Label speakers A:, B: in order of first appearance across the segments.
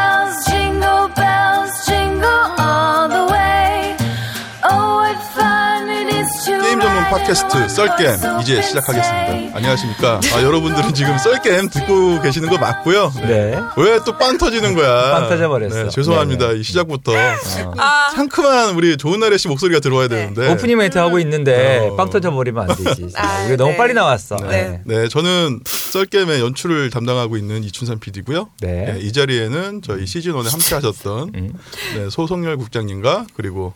A: Oh,
B: 팟캐스트 썰겜 이제 시작하겠습니다. 안녕하십니까? 아, 여러분들은 지금 썰겜 듣고 계시는 거 맞고요.
C: 네.
B: 왜 또 빵 터지는 거야?
C: 빵 터져버렸어.
B: 네, 죄송합니다. 이 시작부터
A: 아, 네.
B: 상큼한 우리 좋은 날의 씨 목소리가 들어와야 되는데.
C: 오프닝 멘트 하고 있는데
B: 어.
C: 빵 터져버리면 안 되지.
A: 아,
C: 우리 너무
A: 네.
C: 빨리 나왔어.
A: 네.
B: 네, 저는 썰겜의 연출을 담당하고 있는 이춘삼 PD고요.
C: 네. 음.
B: 이 자리에는 저희 시즌 1에 함께하셨던 네, 소성열 국장님과 그리고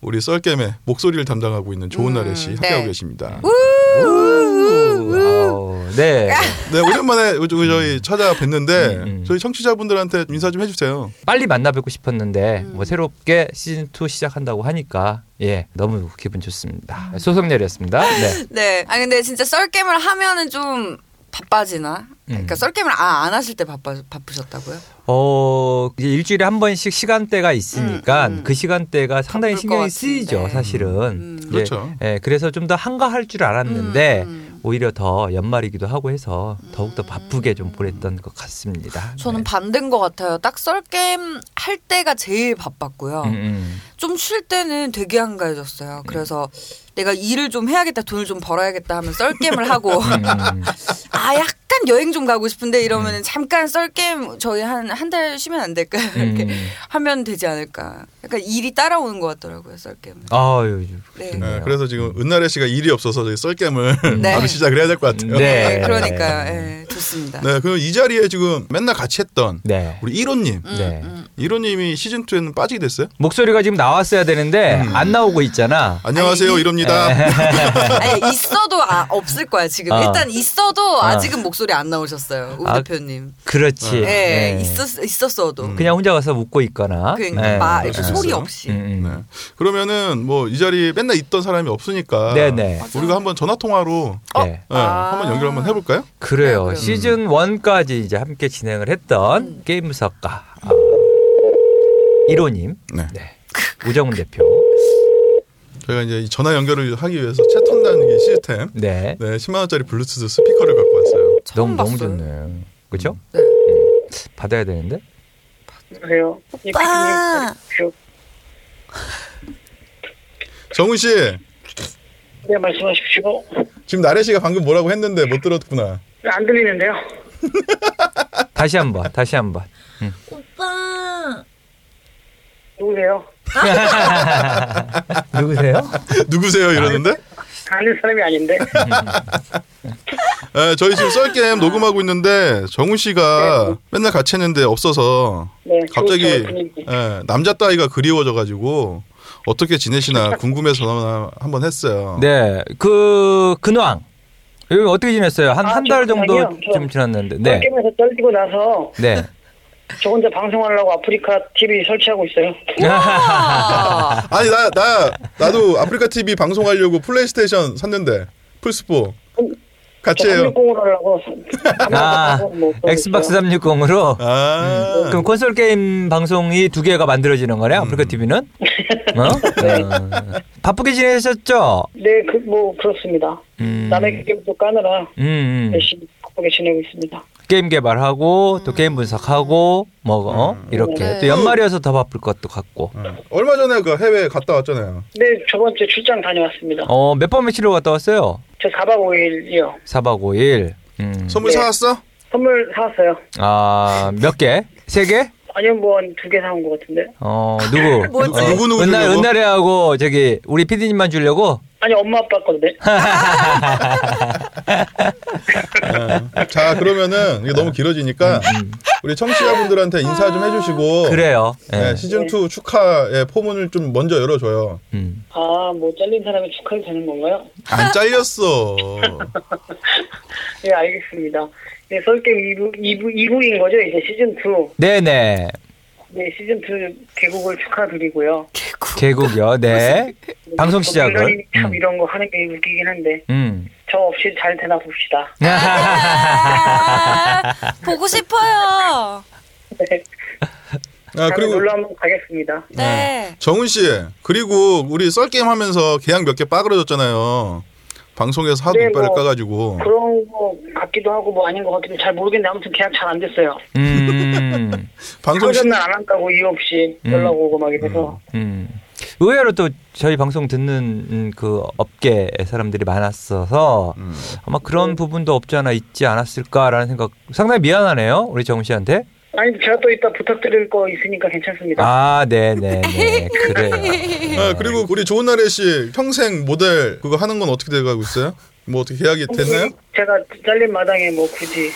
B: 우리 썰겜의 목소리를 담당하고 있는 좋은 날의 씨 함께하고
A: 네.
B: 계십니다.
C: 아우, 네.
B: 네, 오랜만에 요- 요- 저희 찾아뵀는데
C: 음, 음.
B: 저희 청취자분들한테 인사 좀 해주세요.
C: 빨리 만나뵙고 싶었는데 뭐 새롭게 시즌 2 시작한다고 하니까 예 너무 기분 좋습니다. 소성렬이었습니다. 네.
A: 네. 아 근데 진짜 썰겜을 하면은 좀 바빠지나?
C: 음.
A: 그러니까 썰겜을 아, 안 하실 때 바빠 바쁘셨다고요?
C: 어 이제 일주일에 한 번씩 시간대가 있으니까
A: 음, 음.
C: 그 시간대가 상당히
A: 바쁠
C: 신경이
A: 것 같은데.
C: 쓰이죠 사실은. 예,
B: 그렇죠.
C: 예, 그래서 좀 더 한가할 줄 알았는데
A: 음, 음.
C: 오히려 더 연말이기도 하고 해서 더욱 더 바쁘게 좀 보냈던 것 같습니다.
A: 저는
C: 네.
A: 반대인 것 같아요. 딱 썰겜 할 때가 제일 바빴고요.
C: 음, 음.
A: 좀 쉴 때는 되게 한가해졌어요. 그래서 내가 일을 좀 해야겠다, 돈을 좀 벌어야겠다 하면 썰겜을
C: 음.
A: 하고 아 약간 여행 좀 가고 싶은데 이러면 은 잠깐 썰겜 저희 한 한 달 쉬면 안 될까요? 이렇게
C: 음.
A: 하면 되지 않을까. 약간 일이 따라오는 것 같더라고요, 썰겜.
C: 아유.
A: 네.
B: 네,
C: 좋네요.
B: 그래서 지금 은나래 씨가 일이 없어서 저희 썰겜을
A: 네.
B: 바로 시작을 해야 될 것 같아요.
C: 네.
A: 네, 그러니까요. 예, 좋습니다.
B: 네, 그럼 이 자리에 지금 맨날 같이 했던
C: 네.
B: 우리 이론님,
A: 음,
C: 네.
B: 이론님이 시즌 2에는 빠지게 됐어요?
C: 목소리가 지금 나왔어야 되는데 안 나오고 있잖아.
B: 안녕하세요,
A: 아니,
C: 네.
B: 이론입니다.
A: 아니, 있어도 아, 없을 거야, 지금.
C: 아.
A: 일단 있어도
C: 아.
A: 아직은 목소리 안 나오셨어요, 우
C: 아.
A: 대표님.
C: 그렇지.
A: 예,
C: 네.
A: 있었, 있었어도.
C: 그냥 혼자 가서 웃고 있거나.
A: 그러니까
C: 네.
A: 마,
B: 그럴 수
A: 소리
B: 있어요.
A: 없이.
C: 음, 음.
B: 네. 그러면은 뭐 이 자리에 맨날 있던 사람이 없으니까
C: 네네.
B: 우리가 한번 전화 통화로
C: 네.
B: 네,
A: 아.
B: 한번 연결 한번 해볼까요?
C: 그래요.
A: 네, 그래요.
C: 시즌 1까지 이제 함께 진행을 했던
A: 음.
C: 게임 분석가 아, 1호님,
B: 네.
C: 네. 우정훈 대표,
B: 저희가 이제 이 전화 연결을 하기 위해서 채턴다는 시스템,
C: 네.
B: 네, 10만 원짜리 블루투스 스피커를 갖고 왔어요.
C: 너무
A: 처음
C: 너무
A: 봤어요.
C: 좋네요. 그렇죠?
A: 네.
C: 받아야 되는데.
D: 그래요. 예,
A: 오빠!
B: 정훈 씨,
D: 네 말씀하십시오.
B: 지금 나래 씨가 방금 뭐라고 했는데 못 들었구나.
D: 안 들리는데요.
C: 다시 한번, 다시 한번.
A: 오빠!
D: 누구세요?
C: 누구세요?
B: 누구세요? 이러는데
D: 아는 사람이 아닌데.
B: 에, 저희 지금 썰게임 녹음하고 있는데 정훈 씨가 맨날 같이 했는데 없어서
D: 네,
B: 갑자기
D: 좋았어요, 분위기.
B: 예, 남자 따위가 그리워져가지고 어떻게 지내시나 궁금해서 전화 한번 했어요.
C: 네, 그 근황. 여기 어떻게 지냈어요? 한
D: 아,
C: 한 달
D: 저
C: 정도
D: 근황이요?
C: 좀
D: 저
C: 지났는데. 네.
D: 게임에서 떨리고 나서
C: 네.
D: 저 혼자 방송하려고 아프리카 TV 설치하고 있어요.
C: 네,
A: 아,
B: 아니 나 나 나도 아프리카 TV 방송하려고 플레이스테이션 샀는데 플스포 같이
D: 저
B: 해요.
D: 360으로 하려고. 뭐, 그러니까.
C: 아, 엑스박스 360으로
B: 아
C: 그럼 콘솔 게임 방송이 두 개가 만들어지는 거네.
D: 음.
C: 아프리카 TV는. 어? 네. 바쁘게 지내셨죠?
D: 네, 그 뭐 그렇습니다.
C: 음.
D: 남의 게임 또 까느라
C: 음, 음.
D: 열심히 음. 바쁘게 지내고 있습니다.
C: 게임 개발하고 또 게임 분석하고 뭐 어? 이렇게
A: 네.
C: 또 연말이어서 더 바쁠 것도 같고.
B: 얼마 전에 그 해외 갔다 왔잖아요.
D: 네, 저번 주에 출장 다녀왔습니다.
C: 어, 몇 번 며칠로 갔다 왔어요?
D: 저 4박 5일이요.
C: 4박 5일. 음.
B: 선물
D: 네.
B: 사왔어?
D: 선물 사왔어요.
C: 아, 몇 개? 세 개?
D: 아니요, 뭐두개 사온 것 같은데.
C: 어 누구?
A: 뭐지?
C: 어,
B: 누구, 누구
C: 은나
B: 주려고?
C: 은나래하고 저기 우리 PD님만 주려고.
D: 아니 엄마 아빠 네. 건데.
B: 자 그러면은 이게 너무 길어지니까 우리 청취자분들한테 인사 좀 해주시고
C: 그래요. 예.
B: 네, 시즌 2 축하의 포문을 좀 먼저 열어줘요.
C: 음.
D: 아, 뭐 잘린 사람이 축하해도 되는 건가요?
B: 안 잘렸어.
D: 네, 알겠습니다. 네, 썰게임 2부, 2부, 2부인 거죠? 이제 시즌2.
C: 네네.
D: 네, 시즌2 개국을 축하드리고요.
C: 개국이요. 네. 방송 시작을.
D: 물론 참
B: 음.
D: 이런 거 하는 게 웃기긴 한데,
C: 음.
D: 저 없이 잘 되나 봅시다.
A: 보고 싶어요.
B: 아
D: 다음에
B: 그리고
D: 놀러 한번 가겠습니다.
A: 네.
B: 정훈 씨 그리고 우리 썰 게임 하면서 계약 몇 개 빠그러졌잖아요. 방송에서 하도
D: 네,
B: 이빨을
D: 뭐.
B: 까가지고
D: 그런 거 같기도 하고 뭐 아닌 것 같기도 잘 모르겠는데 아무튼 계약 잘 안 됐어요.
C: 음.
B: 방송 시... 음.
D: 터전 날안 한다고 이유 없이 연락 오고 막 이래서
C: 음. 의외로 또 저희 방송 듣는 음, 그 업계 사람들이 많았어서
B: 음.
C: 아마 그런 부분도 없지 않아 있지 않았을까라는 생각 상당히 미안하네요 우리 정우 씨한테
D: 아니 제가 또 이따 부탁드릴 거 있으니까 괜찮습니다.
C: 아 네네네 그래요
B: 아, 그리고 우리 좋은 날에 씨 평생 모델 그거 하는 건 어떻게 돼가고 있어요? 뭐 어떻게 계약이 됐나요?
D: 제가 잘린 마당에 뭐 굳이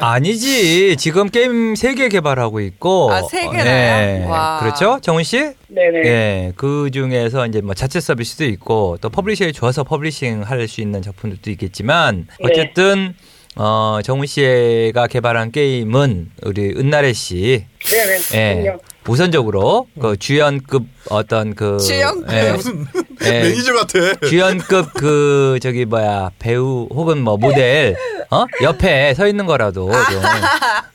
C: 아니지 지금 게임 세 개 개발하고 있고
A: 아, 세 개나요?
C: 네.
A: 와.
C: 그렇죠 정훈 씨
D: 네네
C: 예, 그 중에서 이제 뭐 자체 서비스도 있고 또 퍼블리셔에 좋아서 퍼블리싱 할 수 있는 작품들도 있겠지만
D: 네.
C: 어쨌든 어, 정훈 씨가 개발한 게임은 우리 은나래 씨
D: 네네
C: 예,
D: 그럼요.
C: 우선적으로 그 주연급 어떤 그
A: 주연급?
C: 예,
B: 무슨
C: 예.
B: 매니저 같아.
C: 주연급 그 저기 뭐야 배우 혹은 뭐 모델 어 옆에 서 있는 거라도 좀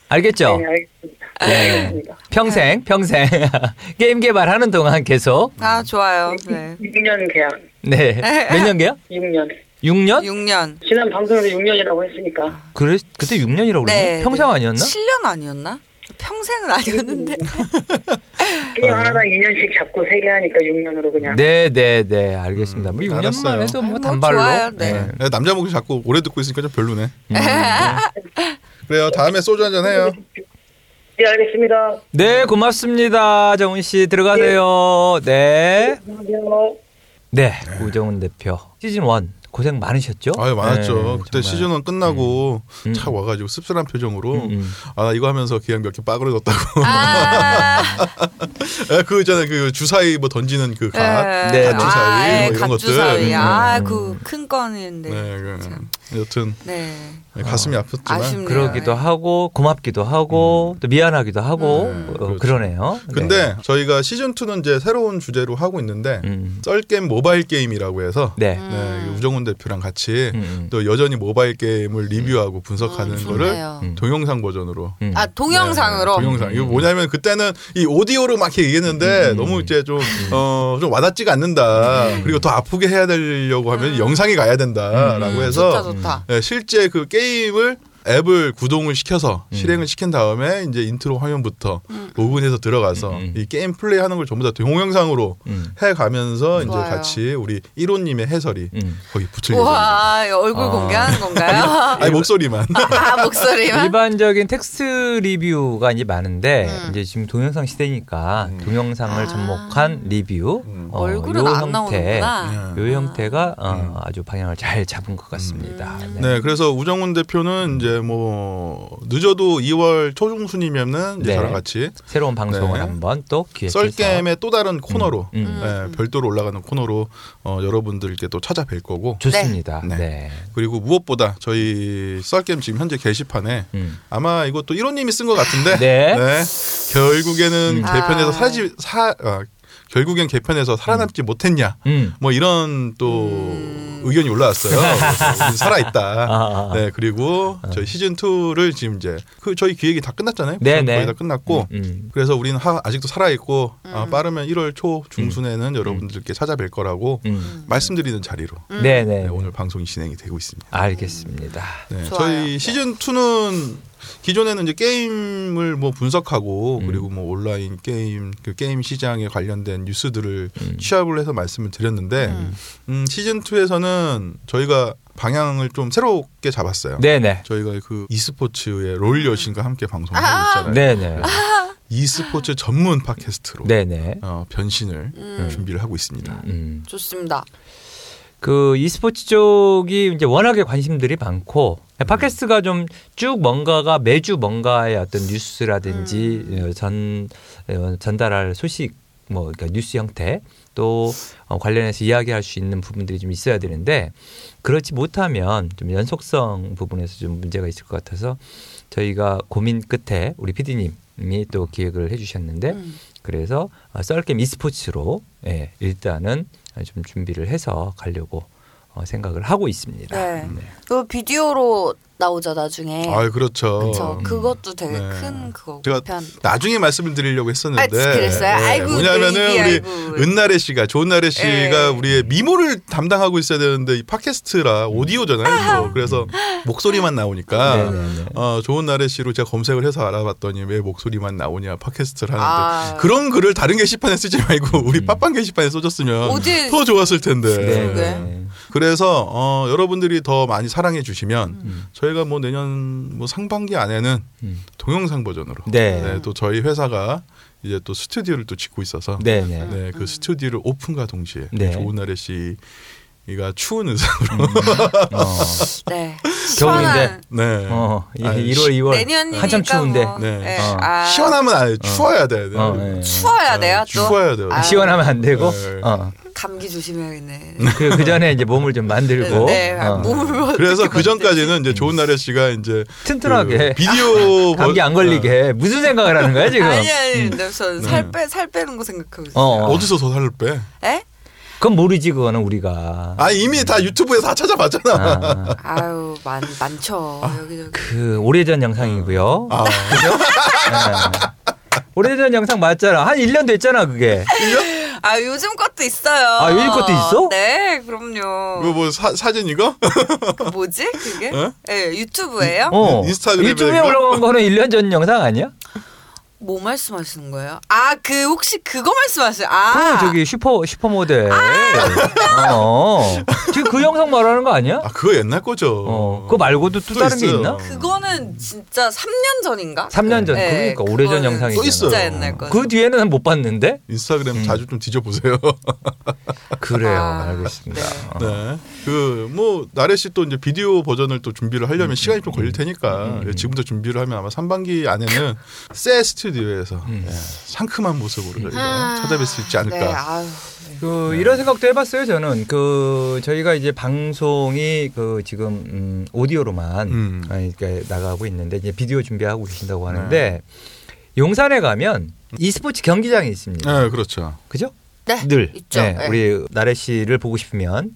C: 알겠죠?
B: 어.
D: 네, 알겠습니다. 네,
B: 예.
D: 알겠습니다.
C: 평생 평생 게임 개발하는 동안 계속
A: 아 좋아요. 네.
D: 6년 계약
C: 네몇 년게요?
D: 6년
C: 6년?
A: 6년.
D: 지난 방송에서 6년이라고 했으니까
C: 그래 그때 6년이라고 그랬나?
A: 네.
C: 평생 아니었나? 음.
A: 7년 아니었나? 평생은 아니었는데.
D: 게임 하나당 2년씩 잡고 3개 하니까 6년으로 그냥
C: 아. 네, 네, 네. 알겠습니다. 뭐
B: 음,
C: 6년만
B: 알았어요.
C: 해도
A: 아니,
C: 뭐
A: 뭐
C: 단발로.
A: 좋아요, 네.
C: 네.
B: 야, 예, 남자 목이 자꾸 오래 듣고 있으니까 좀 별로네.
C: 음.
B: 그래요. 다음에 소주 한잔 해요.
D: 네 알겠습니다.
C: 네, 고맙습니다. 정훈 씨 들어가세요. 네.
D: 안녕.
C: 네, 우정훈 대표. 시즌 1 고생 많으셨죠?
B: 아유 많았죠.
C: 네,
B: 그때
C: 정말.
B: 시즌 1 끝나고
C: 음.
B: 차 와가지고 씁쓸한 표정으로
C: 음, 음.
B: 아 나 이거 하면서 기왕 몇개 빠그러졌다고.
A: 아,
B: 예, 그 있잖아요. 그 주사위 뭐 던지는 그 갓.
C: 네.
A: 예.
C: 갓주사위
B: 뭐
A: 아, 예,
B: 이런 것들.
A: 갓주사위.
C: 음.
A: 아, 그 큰 건인데.
B: 네.
A: 네.
B: 그, 여튼 예, 가슴이 아팠지만
A: 아쉽네요.
C: 그러기도
A: 예.
C: 하고 고맙기도 하고 또 미안하기도 하고
B: 음.
C: 어,
B: 그렇죠.
C: 그러네요. 네.
B: 근데 저희가 시즌 2는 이제 새로운 주제로 하고 있는데
C: 음.
B: 썰게임 모바일 게임이라고 해서
C: 네.
A: 음.
B: 네, 그 우정훈 대표랑 같이
C: 음, 음.
B: 또 여전히 모바일 게임을 리뷰하고 분석하는
A: 음,
B: 거를
A: 좋네요.
C: 음.
B: 동영상 버전으로
C: 음.
A: 아 동영상으로.
B: 네, 동영상 이거 뭐냐면 그때는 이 오디오로 막 이렇게 얘기했는데
C: 음.
B: 너무 이제 좀 어, 좀 와닿지가 않는다 그리고 더 아프게 해야 되려고 하면 영상이 가야 된다라고
C: 음.
A: 좋다
B: 해서
A: 좋다.
B: 예, 실제 그 게임을 앱을 구동을 시켜서
C: 음.
B: 실행을 시킨 다음에 이제 인트로 화면부터
A: 음,
B: 로그인해서 들어가서
C: 음, 음.
B: 이 게임 플레이하는 걸 전부 다 동영상으로
C: 음.
B: 해가면서 이제
A: 좋아요.
B: 같이 우리 1호님의 해설이
C: 음.
B: 거의 붙어 있어요.
A: 우와 얼굴
C: 아.
A: 공개하는 건가요?
B: 아니 목소리만.
A: 아 목소리만.
C: 일반적인 텍스트 리뷰가 이제 많은데
A: 음.
C: 이제 지금 동영상 시대니까
B: 음.
C: 동영상을
A: 아.
C: 접목한 리뷰 어,
B: 음.
A: 얼굴은
C: 요
A: 안
C: 형태,
A: 나오는구나.
B: 네.
C: 요 형태가 어,
B: 음.
C: 아주 방향을 잘 잡은 것 같습니다.
A: 음.
C: 네.
B: 네, 그래서 우정훈 대표는 이제 뭐 늦어도 2월 초중순이면은 이제
C: 네.
B: 저랑 같이
C: 새로운 방송을
B: 네.
C: 한번 또 기획해서
B: 썰게임의 또 다른 코너로
C: 음.
A: 음.
B: 네, 별도로 올라가는 코너로 어, 여러분들께 또 찾아뵐 거고
C: 좋습니다.
B: 네.
C: 네.
B: 그리고 무엇보다 저희 썰게임 지금 현재 게시판에
C: 음.
B: 아마 이것도 1호님이 쓴 것 같은데
C: 네.
B: 결국에는
C: 음.
B: 개편에서
A: 아.
B: 사지 사 아, 결국엔 개편에서 살아남지 못했냐
C: 음.
B: 뭐 이런 또
A: 음.
B: 의견이 올라왔어요. 그래서 살아 있다.
C: 아, 아.
B: 네 그리고 저희 시즌 2를 지금 이제 그 저희 기획이 다 끝났잖아요. 거의
C: 네, 네.
B: 다 끝났고
C: 음.
B: 그래서 우리는 하- 아직도 살아 있고 아, 빠르면 1월 초 중순에는 여러분들께 찾아뵐 거라고
C: 음.
B: 말씀드리는 자리로
A: 음.
C: 네,
B: 네,
C: 네.
B: 오늘 방송이 진행이 되고 있습니다.
C: 알겠습니다.
B: 네,
A: 좋아요.
B: 저희
A: 네.
B: 시즌 2는 기존에는 이제 게임을 뭐 분석하고
C: 음.
B: 그리고 뭐 온라인 게임 그 게임 시장에 관련된 뉴스들을
C: 음.
B: 취합을 해서 말씀을 드렸는데 음, 시즌 2에서는 저희가 방향을 좀 새롭게 잡았어요.
C: 네, 네.
B: 저희가 그 e스포츠의 롤 여신과 함께 방송을
A: 아.
B: 하고 있잖아요.
C: 네, 네.
B: e스포츠 전문 팟캐스트로
C: 네, 네.
B: 어, 변신을
A: 음.
B: 준비를 하고 있습니다.
C: 음.
A: 좋습니다.
C: 그 e스포츠 쪽이 이제 워낙에 관심들이 많고 팟캐스트가 좀 쭉 뭔가가 매주 뭔가의 어떤 뉴스라든지 어, 전 어, 전달할 소식 뭐 그러니까 뉴스 형태 또 어, 관련해서 이야기할 수 있는 부분들이 좀 있어야 되는데 그렇지 못하면 좀 연속성 부분에서 좀 문제가 있을 것 같아서 저희가 고민 끝에 우리 PD님이 또 기획을 해주셨는데
A: 음.
C: 그래서 어, 썰게임 e스포츠로 예, 일단은 좀 준비를 해서 가려고 어, 생각을 하고 있습니다.
A: 네. 그 비디오로 나오죠 나중에.
B: 네. 아, 그렇죠.
C: 음.
A: 그렇죠. 그것도 되게
B: 네.
A: 큰 그거
B: 제가
A: 편.
B: 나중에 말씀을 드리려고 했었는데. 예,
A: 아, 그랬어요? 아이고,
B: 뭐냐면은
A: 네,
B: 우리
A: 아이고.
B: 은나래 씨가 조은나래 씨가
A: 예.
B: 우리의 미모를 담당하고 있어야 되는데 이 팟캐스트라 오디오잖아요. 또. 그래서 목소리만
C: 네,
B: 나오니까
A: 네.
B: 어, 조은나래 씨로 제가 검색을 해서 알아봤더니 왜 목소리만 나오냐 팟캐스트를 하는데
A: 아.
B: 그런 글을 다른 게시판에 쓰지 말고 우리 팟빵 게시판에 써줬으면
A: 어디-
B: 더 좋았을 텐데.
C: 음. 네.
A: 네.
B: 그래서 어, 여러분들이 더 많이 사랑해 주시면 저희가 뭐 내년 뭐 상반기 안에는
C: 음.
B: 동영상 버전으로
C: 네.
B: 네, 또 저희 회사가 이제 또 스튜디오를 또 짓고 있어서
C: 네. 네.
B: 네, 그 스튜디오를 오픈과 동시에
C: 네.
B: 조은아래 씨가 추운 의상으로
C: 어.
A: 네.
B: 아,
C: 겨울인데.
A: 시원한
B: 네.
C: 어,
B: 아,
C: 1월, 2월.
A: 내년이니까
C: 한참 추운데.
A: 뭐.
B: 네.
A: 예,
C: 어.
A: 아,
B: 시원하면 안 돼요. 추워야 돼.
C: 어, 예.
A: 추워야 돼요 또.
B: 추워야 돼요.
A: 아.
C: 시원하면 안 되고,
B: 네.
C: 어.
A: 감기 조심해야겠네.
C: 그, 그 전에 이제 몸을 좀 만들고,
A: 네, 아,
C: 어.
A: 몸을
B: 그래서
A: 어떻게
B: 그 전까지는 이제 조은아래 씨가 이제
C: 튼튼하게.
B: 그 비디오
C: 감기
B: 버-
C: 안
B: 네.
C: 걸리게. 무슨 생각을 하는 거야, 지금? 음.
A: 아니 아니, 근데 저는 살빼살 빼는 거 생각하고 있어요.
B: 어.
C: 어, 어.
B: 어디서 더살 빼?
A: 에?
C: 그건 모르지, 그거는 우리가.
B: 아 이미 다 유튜브에서 다 찾아봤잖아.
C: 아,
A: 아유 많 많죠 여기저기.
C: 그, 오래전 영상이고요.
B: 아,
C: 네. 오래전 영상 맞잖아. 한 1년 됐잖아, 그게.
A: 아 요즘 것도 있어요.
C: 아, 요즘 것도 있어?
A: 네,
B: 이거
A: 그럼요.
B: 뭐 사, 사진 이거?
A: 그 뭐지 그게?
B: 어?
A: 예, 유튜브예요?
C: 어.
B: 인스타그램에
C: 유튜브에
B: 이거?
C: 올라간 거는 1년 전 영상 아니야?
A: 뭐 말씀하시는 거예요? 아, 그 혹시 그거 말씀하세요?
C: 아,
A: 아,
C: 저기 슈퍼 슈퍼모델. 어. 지금 그 영상 말하는 거 아니야?
B: 아 그거 옛날 거죠.
C: 어. 그거 말고도 또,
B: 또
C: 다른 게
B: 있어요.
C: 있나?
A: 그거는 진짜 3년 전인가?
C: 3년 전
A: 네,
C: 그러니까 오래전
A: 그거는
C: 영상이잖아.
B: 있어요.
A: 진짜 옛날 거죠.
C: 그 뒤에는 못 봤는데.
B: 인스타그램
C: 음.
B: 자주 좀 뒤져보세요.
C: 그래요.
A: 아,
C: 알겠습니다.
A: 네.
C: 어.
B: 네. 그 뭐 나래 씨 또 이제 비디오 버전을 또 준비를
C: 음.
B: 하려면 시간이 좀 걸릴 테니까 예, 지금부터 준비를 하면 아마 상반기 안에는 새 스튜디오에서
C: 음.
B: 예, 상큼한 모습으로 저희가 찾아뵐 수 있지 않을까.
A: 네, 아유.
C: 그 이런 생각도 해봤어요. 저는 그 저희가 이제 방송이 그 지금 음, 오디오로만
B: 음.
C: 아니, 그러니까 나가고 있는데 이제 비디오 준비하고 계신다고 하는데 용산에 가면 e스포츠 경기장이 있습니다.
B: 네, 그렇죠.
C: 그죠?
A: 네,
C: 늘
A: 있죠.
C: 예,
A: 네.
C: 우리 나래 씨를 보고 싶으면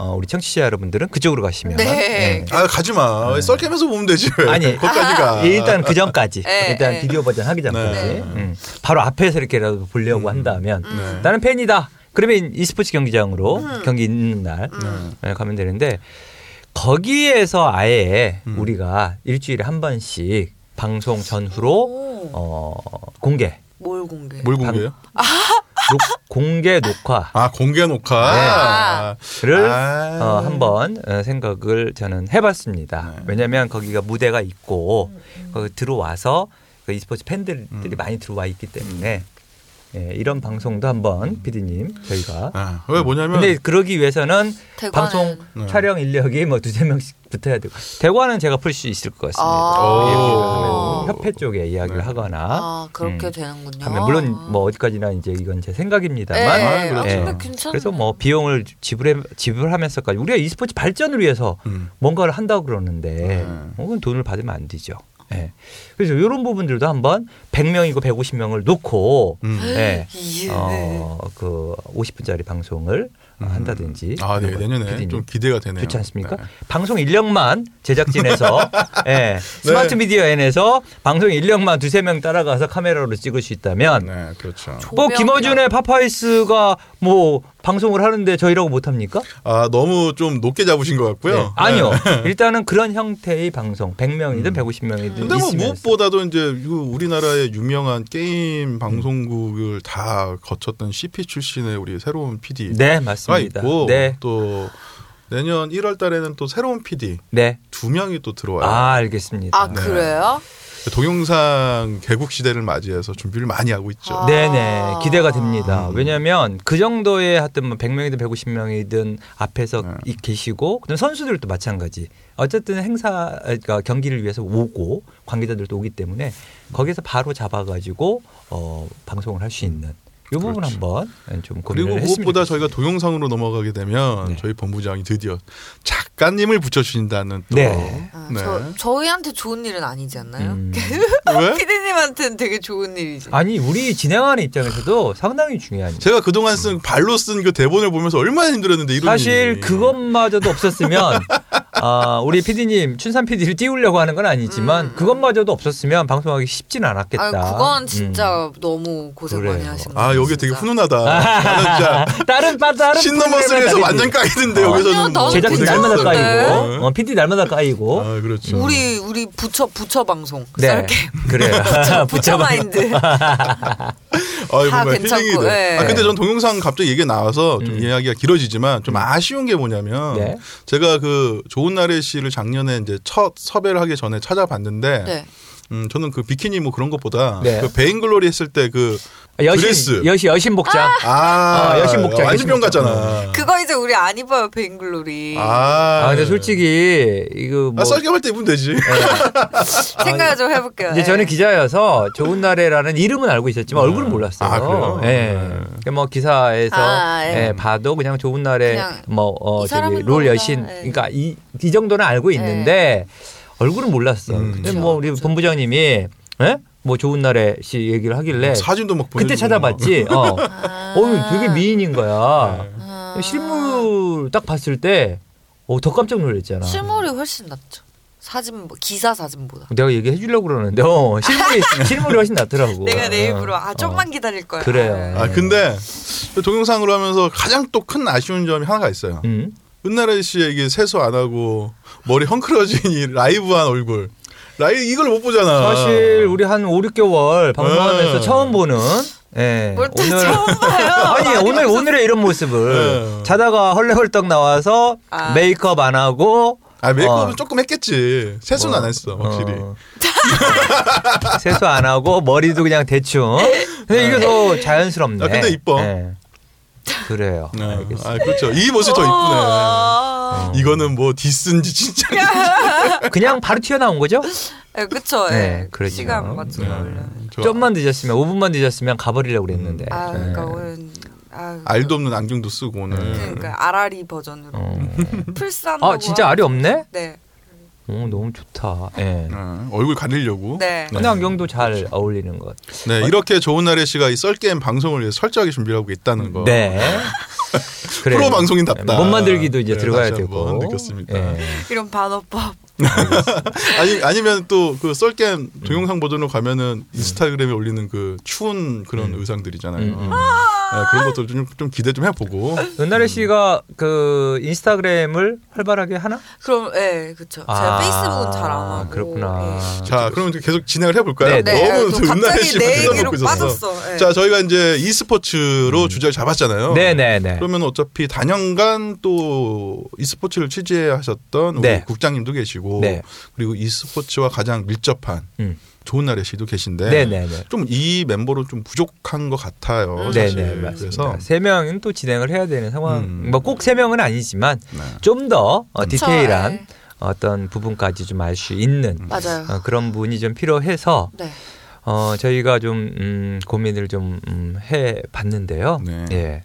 C: 어, 우리 청취자 여러분들은 그쪽으로 가시면
A: 네.
B: 아 가지 마. 썰캠에서 보면 되지. 왜.
C: 아니.
B: 거기까지가.
C: 예, 일단 그 전까지
A: 네,
C: 일단
A: 네.
C: 비디오 버전 하기 전까지
B: 네.
C: 음, 바로 앞에서 이렇게라도 보려고 한다면
A: 음.
B: 네.
C: 나는 팬이다. 그러면 e스포츠 경기장으로 경기 있는 날
A: 음.
C: 예, 가면 되는데 거기에서 아예 우리가 일주일에 한 번씩 방송 전후로
A: 오.
C: 어, 공개
A: 뭘 공개?
B: 뭘 공개요?
C: 녹, 공개 녹화
B: 아 공개 녹화.
C: 네.
B: 아.
C: 를
B: 아.
C: 어, 한번 어, 생각을 저는 해봤습니다.
B: 네.
C: 왜냐하면 거기가 무대가 있고 거기 들어와서 그 e스포츠 팬들이
B: 음.
C: 많이 들어와 있기 때문에 예, 이런 방송도 한번 피디님 저희가
B: 음. 아, 왜 뭐냐면
C: 근데 그러기 위해서는
A: 대관은-
C: 방송
B: 네.
C: 촬영 인력이 뭐 두세 명씩 붙어야 되고 대관은 제가 풀 수 있을 것 같습니다.
A: 아.
C: 예, 협회 쪽에 이야기를
B: 네.
C: 하거나
A: 아, 그렇게
C: 음.
A: 되는군요.
C: 하면 물론 뭐 어디까지나 이제 이건 제 생각입니다만
A: 네,
B: 아,
A: 아,
B: 그렇죠.
A: 근데 괜찮네.
C: 그래서 뭐 비용을 지불해 지불하면서까지 우리가 e스포츠 발전을 위해서
B: 음.
C: 뭔가를 한다고 그러는데
B: 네.
C: 어, 그건 돈을 받으면 안 되죠. 예. 그래서 이런 부분들도 한번 100명이고 150명을 놓고
B: 음.
C: 예.
A: 이해.
C: 어, 그 50분짜리 방송을 어, 한다든지
B: 아, 네,
C: 이런 거
B: 내년에
C: PD님.
B: 좀 기대가 되네요.
C: 좋지 않습니까?
B: 네.
C: 방송 인력만 제작진에서 예, 스마트 미디어 N에서 방송 인력만 두세 명 따라가서 카메라로 찍을 수 있다면
B: 네, 그렇죠.
C: 뭐
A: 조명이나-
C: 김어준의 파파이스가 뭐 방송을 하는데 저희라고 못 합니까?
B: 아 너무 좀 높게 잡으신 것 같고요.
C: 네. 아니요. 일단은 그런 형태의 방송 100명이든 150명이든
B: 음. 근데 뭐
C: 있으면
B: 무엇보다도 이제 그 우리나라의 유명한 게임 방송국을 다 거쳤던 CP 출신의 우리 새로운 PD가
C: 네, 맞습니다.
B: 아, 있고
C: 네.
B: 또 내년 1월 달에는 또 새로운 PD
C: 네.
B: 두 명이 또 들어와요.
C: 아, 알겠습니다.
A: 아, 그래요?
B: 동영상 개국 시대를 맞이해서 준비를 많이 하고 있죠. 음.
A: 아.
C: 네네 기대가 됩니다. 왜냐하면 그 정도의 하여튼 뭐 100명이든 150명이든 앞에서
B: 네.
C: 이- 계시고 그다음 선수들도 마찬가지. 어쨌든 행사 그러니까 경기를 위해서 오고 관계자들도 오기 때문에 거기서 바로 잡아가지고 어, 방송을 할 수 있는 이 부분
B: 그렇죠.
C: 한번 좀 고민을
B: 그리고
C: 했으면
B: 무엇보다
C: 좋겠습니다.
B: 저희가 동영상으로 넘어가게 되면
C: 네.
B: 저희 본부장이 드디어 작가님을 붙여주신다는 또
C: 네.
A: 아, 저, 저희한테 좋은 일은 아니지 않나요?
C: 음.
B: 왜?
A: 피디님한테는 되게 좋은 일이지.
C: 아니 우리 진행하는 입장에서도 상당히 중요한 일.
B: 제가 그동안 쓴 발로 쓴 그 대본을 보면서 얼마나 힘들었는데 이런
C: 사실
B: 일이.
C: 그것마저도 없었으면 아, 우리 PD님, 춘산 PD를 띄우려고 하는 건 아니지만
B: 음.
C: 그것마저도 없었으면 방송하기 쉽진 않았겠다.
A: 아, 그건
C: 음.
A: 진짜 너무 고생 많이
C: 그래요.
A: 하신 거예요.
B: 아 여기 되게
A: 진짜.
B: 훈훈하다. 나는 진짜
C: 아, 다른 바 다른
B: 신너머스에서
C: 프로그램에
B: 완전 까이는데
C: 어.
B: 여기서는
A: 아니요,
B: 뭐
A: 너무
C: 제작진
B: 고생했어요.
C: 날마다 어?
A: 괜찮은데?
C: 까이고 어, PD 날마다 까이고.
B: 아 그렇죠.
A: 우리 우리 부처 부처 방송
C: 네.
A: 썰게
C: 그래요.
A: 부처
C: 붙잡아.
A: 마인드.
B: 아유,
A: 다
B: 뭔가
A: 괜찮고,
B: 힐링이 돼.
A: 예.
B: 아, 근데 전 동영상 갑자기 얘기 가 나와서 좀
C: 음.
B: 이야기가 길어지지만 좀 아쉬운 게 뭐냐면
C: 네.
B: 제가 그 좋은 날의 씨를 작년에 이제 첫 섭외를 하기 전에 찾아봤는데
A: 네.
B: 음, 저는 그 비키니 뭐 그런 것보다
C: 네.
B: 그 베인글로리 했을 때 그
C: 여신
B: 드레스.
C: 여신 여신 복장.
B: 아,
C: 아, 여신 목장, 여신
B: 완전병
C: 목장.
B: 같잖아.
A: 그거 이제 우리 안 입어요 뱅글로리.
B: 아,
C: 아, 근데 솔직히 이거 뭐
B: 아, 썰게 할때 입으면 되지. 아,
A: 생각 좀 해볼게요.
C: 이제 저는
A: 네.
C: 기자여서 좋은 날에라는 이름은 알고 있었지만 얼굴은 몰랐어요.
B: 아, 그래요?
C: 예.
B: 네.
C: 그러니까 뭐 기사에서
A: 아, 예.
C: 예, 봐도 그냥 좋은 날에
A: 그냥
C: 뭐 어,
A: 이
C: 저기
A: 사람은
C: 롤
A: 뭔가,
C: 여신
A: 예.
C: 그러니까 이, 이 정도는 알고 있는데 얼굴은 몰랐어.
B: 음.
C: 근데 뭐 우리 본부장님이 예? 뭐 좋은 날에 씨 얘기를 하길래
B: 사진도 막뭐 보내.
C: 네, 그때 찾아봤지. 어.
A: 아.
C: 어, 되게 미인인 거야.
B: 네.
A: 아.
C: 실물 딱 봤을 때, 어, 더 깜짝 놀랐잖아.
A: 실물이 훨씬 낫죠. 사진 보- 기사 사진보다.
C: 내가 얘기해 주려고 그러는데, 어, 실물이, 실물이 훨씬 낫더라고.
A: 내가 내 입으로
C: 어.
A: 아 조금만 기다릴 거야.
C: 그래요.
B: 아, 근데 동영상으로 하면서 가장 또 큰 아쉬운 점이 하나가 있어요.
C: 음.
B: 은나라 씨에게 세수 안 하고 머리 헝클어진 이 라이브한 얼굴. 라이 이걸 못 보잖아.
C: 사실, 우리 한 5, 6개월 방송하면서
B: 네.
C: 처음 보는, 예.
A: 뭘또 처음 봐요.
C: 아니,
A: 많이
C: 오늘,
A: 없었어.
C: 오늘의 이런 모습을
B: 네.
C: 자다가 헐레헐떡 나와서
A: 아.
C: 메이크업 안 하고,
B: 아, 메이크업은
C: 어.
B: 조금 했겠지. 세수는
C: 뭐,
B: 안 했어, 확실히.
C: 어. 세수 안 하고 머리도 그냥 대충. 근데 이게 더 자연스럽네.
B: 아, 근데 이뻐.
C: 예. 그래요.
B: 네.
C: 알겠습니다.
B: 아, 그렇죠. 이 모습이 더 이쁘네.
C: 아,
A: 어.
B: 이거는 뭐 디스인지 진짜.
C: 그냥 바로 튀어나온 거죠?
A: 예, 그쵸. 예.
C: 네, 그러죠.
A: 시간 맞춰
B: 네.
A: 원래.
B: 좋아. 음.
C: 좀만 늦었으면 5분만 늦었으면 가버리려고 그랬는데.
A: 아 그러니까
C: 네.
A: 오늘 아
B: 알도 없는 안경도 쓰고 오늘.
A: 그러니까 아라리 버전으로
C: 어.
A: 풀산.
C: 아 진짜 알이 없네?
A: 네.
C: 오 너무 좋다. 예.
B: 어, 얼굴 가리려고.
A: 네.
C: 근데 안경도 잘 어울리는 것.
B: 네, 이렇게 좋은 날의 씨가 이썰 게임 방송을 위해 철저하게 준비하고 있다는 거.
C: 네. 그래요.
B: 뭐. 프로 방송인답다.
C: 못 만들기도 이제
B: 네,
C: 들어가야
B: 다시 한번
C: 되고.
B: 느꼈습니다.
C: 예.
A: 이런 반어법.
B: 아니 아니면 또 그 썰겜
C: 음.
B: 동영상 버전으로 가면은 인스타그램에 올리는 그 추운 그런 의상들이잖아요.
C: 음, 아, 음.
B: 네, 그런 것도 좀, 좀 기대 좀 해보고.
C: 은나래
B: 음.
C: 씨가 그 인스타그램을 활발하게 하나?
A: 그럼 예, 그쵸. 제가
C: 아,
A: 페이스북은 잘 안 하고.
C: 그렇구나.
A: 예.
B: 자, 그러면 이제 계속 진행을 해볼까요?
C: 네, 네.
B: 너무
A: 또
B: 또 은나래
A: 갑자기
B: 씨가
A: 내 얘기로
B: 들어놓고 있었어.
A: 빠졌어. 예.
B: 자, 저희가 이제 e스포츠로 주제를 잡았잖아요.
C: 음. 네네네.
B: 그러면 어차피 단연간 또 e스포츠를 취재하셨던 우리
C: 네.
B: 국장님도 계시고
C: 네.
B: 그리고 e스포츠와 가장 밀접한
C: 음.
B: 좋은 날의 씨도 계신데
C: 네네네. 음.
B: 좀 이 멤버로 좀 부족한 것 같아요. 어, 사실.
C: 네네 맞습니다.
B: 그래서
C: 세 명은 또 진행을 해야 되는 상황.
B: 음.
C: 뭐 꼭 세 명은 아니지만
B: 네.
C: 좀 더 어,
A: 그쵸,
C: 디테일한
A: 예.
C: 어떤 부분까지 좀 알 수 있는
A: 맞아요.
C: 어, 그런 분이 좀 필요해서
A: 네.
C: 어, 저희가 좀 음, 고민을 좀 음, 해봤는데요.
B: 네.
C: 예.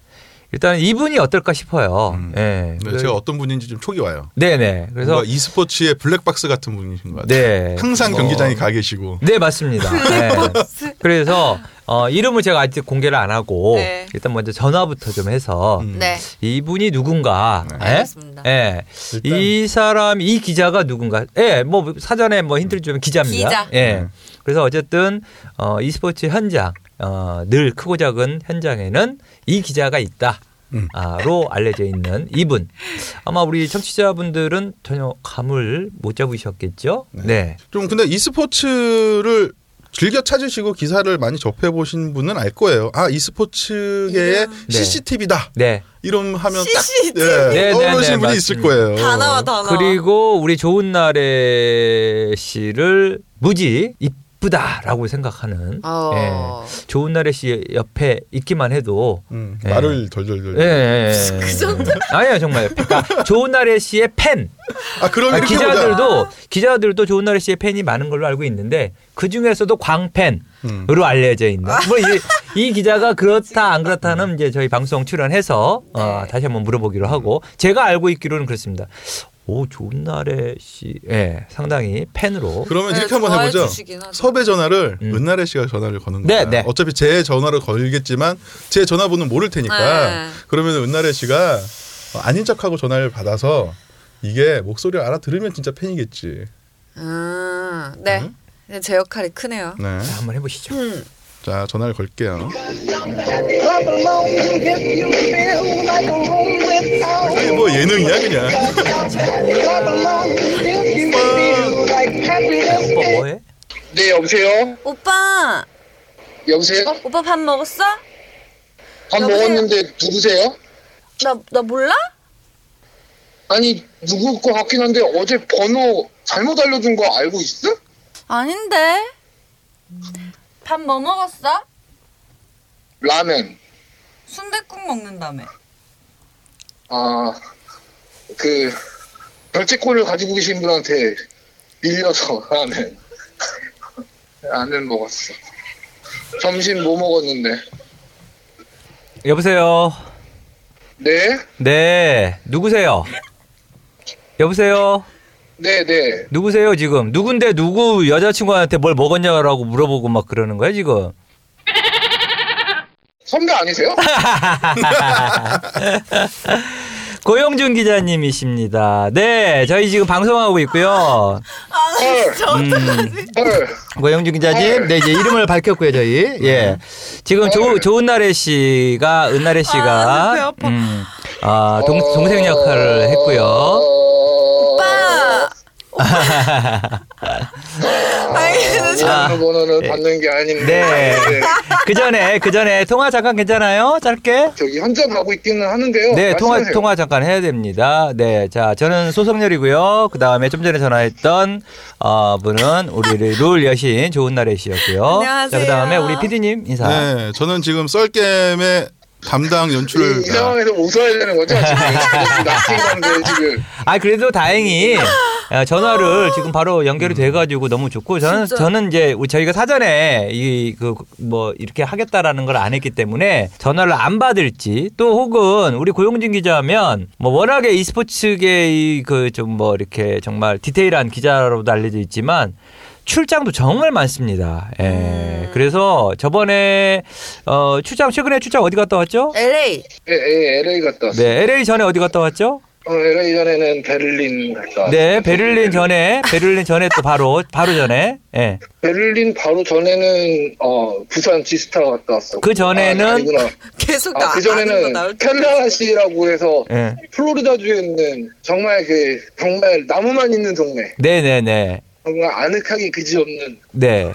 C: 일단 이분이 어떨까 싶어요.
B: 음.
C: 예.
B: 네, 제가 어떤 분인지 좀 촉이 와요.
C: 네네.
B: 그래서
C: 그래서
B: e스포츠의 블랙박스 같은 분이신 것 같아요.
C: 네
B: 항상
C: 뭐,
B: 경기장에 가 계시고.
C: 네 맞습니다. 네. 그래서 어, 이름을 제가 아직 공개를 안 하고
A: 네.
C: 일단 먼저 전화부터 좀 해서
B: 음.
A: 네.
C: 이분이 누군가.
B: 네.
C: 예?
A: 알겠습니다.
C: 예.
B: 일단-
C: 이 사람, 이 기자가 누군가. 예, 뭐 사전에 뭐 힌트를 주면 기자입니다.
A: 기자.
C: 예.
B: 음.
C: 그래서 어쨌든 어, e스포츠 현장, 어, 늘 크고 작은 현장에는 이 기자가 있다.
B: 음.
C: 아로 알려져 있는 이분 아마 우리 청취자분들은 전혀 감을 못 잡으셨겠죠? 네,
B: 좀 근데 e스포츠를 즐겨 찾으시고 기사를 많이 접해 보신 분은 알 거예요. 아 e스포츠계의
A: 이름.
B: CCTV다.
C: 네.
B: 이런 하면 딱
A: CCTV.
B: 예,
C: 네, 네, 네,
B: 떠오르시는 분이 있을
C: 맞습니다.
B: 거예요.
A: 단어와 단어.
C: 그리고 우리 좋은 날의 씨를 무지 이쁘다라고 생각하는 예,
A: 어.
C: 좋은 날의 씨 옆에 있기만 해도
B: 음,
C: 예.
B: 말을 덜덜덜.
C: 예, 예, 예.
A: 그 정도?
C: 아니에요 정말 그러니까 좋은 날의 씨의 팬
B: 아 그럼
C: 아,
B: 이렇게 보자.
C: 기자들도 기자들도 좋은 날의 씨의 팬이 많은 걸로 알고 있는데 그 중에서도 광팬으로
B: 음.
C: 알려져 있는 뭐 이제 이 기자가 그렇다 안 그렇다는 이제 저희 방송 출연해서 어,
A: 네.
C: 다시 한번 물어보기로 하고 제가 알고 있기로는 그렇습니다. 오 좋은 날의 씨, 예 상당히 팬으로
B: 그러면
A: 네,
B: 이렇게 한번
A: 좋아해
B: 해보죠.
A: 주시긴 하죠.
B: 섭외 전화를
C: 음.
B: 은나래 씨가 전화를 거는
C: 네,
B: 거야.
C: 네.
B: 어차피 제 전화를 걸겠지만 제 전화번호는 모를 테니까
A: 네.
B: 그러면 은나래 씨가 아닌 척하고 전화를 받아서 이게 목소리를 알아들으면 진짜 팬이겠지.
A: 아, 네. 제 역할이 크네요.
B: 네.
C: 자, 한번 해보시죠.
A: 음.
B: 자 전화를 걸게요.
D: Clap along if you feel like a room without.
B: 이게 뭐 예능이야 그냥.
D: Clap along if you feel like happiness.
C: 오빠 뭐해?
E: 네, 여보세요?
A: 오빠,
E: 여보세요?
A: 오빠 밥 먹었어?
E: 밥
A: 여보세요?
E: 먹었는데 누구세요?
A: 나, 나 몰라?
E: 아니, 누구 거 같긴 한데 어제 번호 잘못 알려준 거 알고 있어?
A: 아닌데. 밥 뭐 먹었어?
E: 라멘.
A: 순댓국 먹는다며.
E: 아, 그, 결제권을 가지고 계신 분한테 밀려서 라멘. 라멘 먹었어. 점심 뭐 먹었는데?
C: 여보세요.
E: 네?
C: 네, 누구세요? 여보세요.
E: 네, 네.
C: 누구세요 지금? 누군데 누구 여자친구한테 뭘 먹었냐라고 물어보고 막 그러는 거야 지금?
E: 선배 아니세요?
C: 고영준 기자님이십니다. 네, 저희 지금 방송하고 있고요. 음.
A: 아,
E: 헐.
A: 진짜 어떡하지?
E: 헐.
C: 고영준 기자님, 네 이제 이름을 밝혔고요 저희.
E: 네.
C: 예, 지금 조, 좋은 나래 씨가 은나래
A: 배
C: 씨가
A: 아, 아파.
C: 음, 아,
E: 어.
C: 동, 동생 역할을 했고요.
A: 오빠. 오빠. 아니, 근데 저-
C: 아.
E: 전화 번호는 받는 게 아닌데.
C: 네.
E: 네.
C: 그 전에 그 전에 통화 잠깐 괜찮아요? 짧게?
E: 저기 현장 가고 있기는 하는데요.
C: 네, 통화
E: 어, 말씀하세요.
C: 통화 잠깐 해야 됩니다. 네, 자 저는 소성렬이고요. 그 다음에 좀 전에 전화했던 어, 분은 우리 룰 여신 좋은 날의 씨였고요. 자,
A: 안녕하세요.
C: 그 다음에 우리 PD님 인사.
B: 네, 저는 지금 썰겜의 담당 연출을
E: 이, 이 상황에서 웃어야 되는 거죠? 지금 낚인 건데 지금.
C: 아 그래도 다행히 어, 전화를 지금 바로 연결이 돼가지고 너무 좋고 저는
A: 아. 진짜.
C: 저는 이제 우리 저희가 사전에 이 그 뭐 이렇게 하겠다라는 걸 안 했기 때문에 전화를 안 받을지 또 혹은 우리 고용진 기자면 뭐 워낙에 e스포츠계의 그 좀 뭐 이렇게 정말 디테일한 기자로도 알려져 있지만. 출장도 정말 많습니다. 예.
A: 음.
C: 그래서 저번에 어 출장 최근에 출장 어디 갔다 왔죠?
A: LA.
E: 예, 예, LA 갔다 왔어요.
C: 네, LA 전에 어디 갔다 왔죠?
E: 어, LA 전에는 베를린 갔다 왔어요.
C: 네, 베를린 전에 베를린 전에 또 바로 바로 전에 예.
E: 베를린 바로 전에는 어, 부산 지스타 갔다 왔어.
C: 그 전에는-
E: 아, 아니구나.
A: 계속 나,
E: 아, 그
A: 그러니까 아는 거
E: 전에는
A: 나올 때.
E: 켈라 시라고 해서
C: 예.
E: 플로리다 주에 있는 정말 그 정말 나무만 있는 동네.
C: 네, 네, 네.
E: 정말 아늑하게 그지없는
C: 네.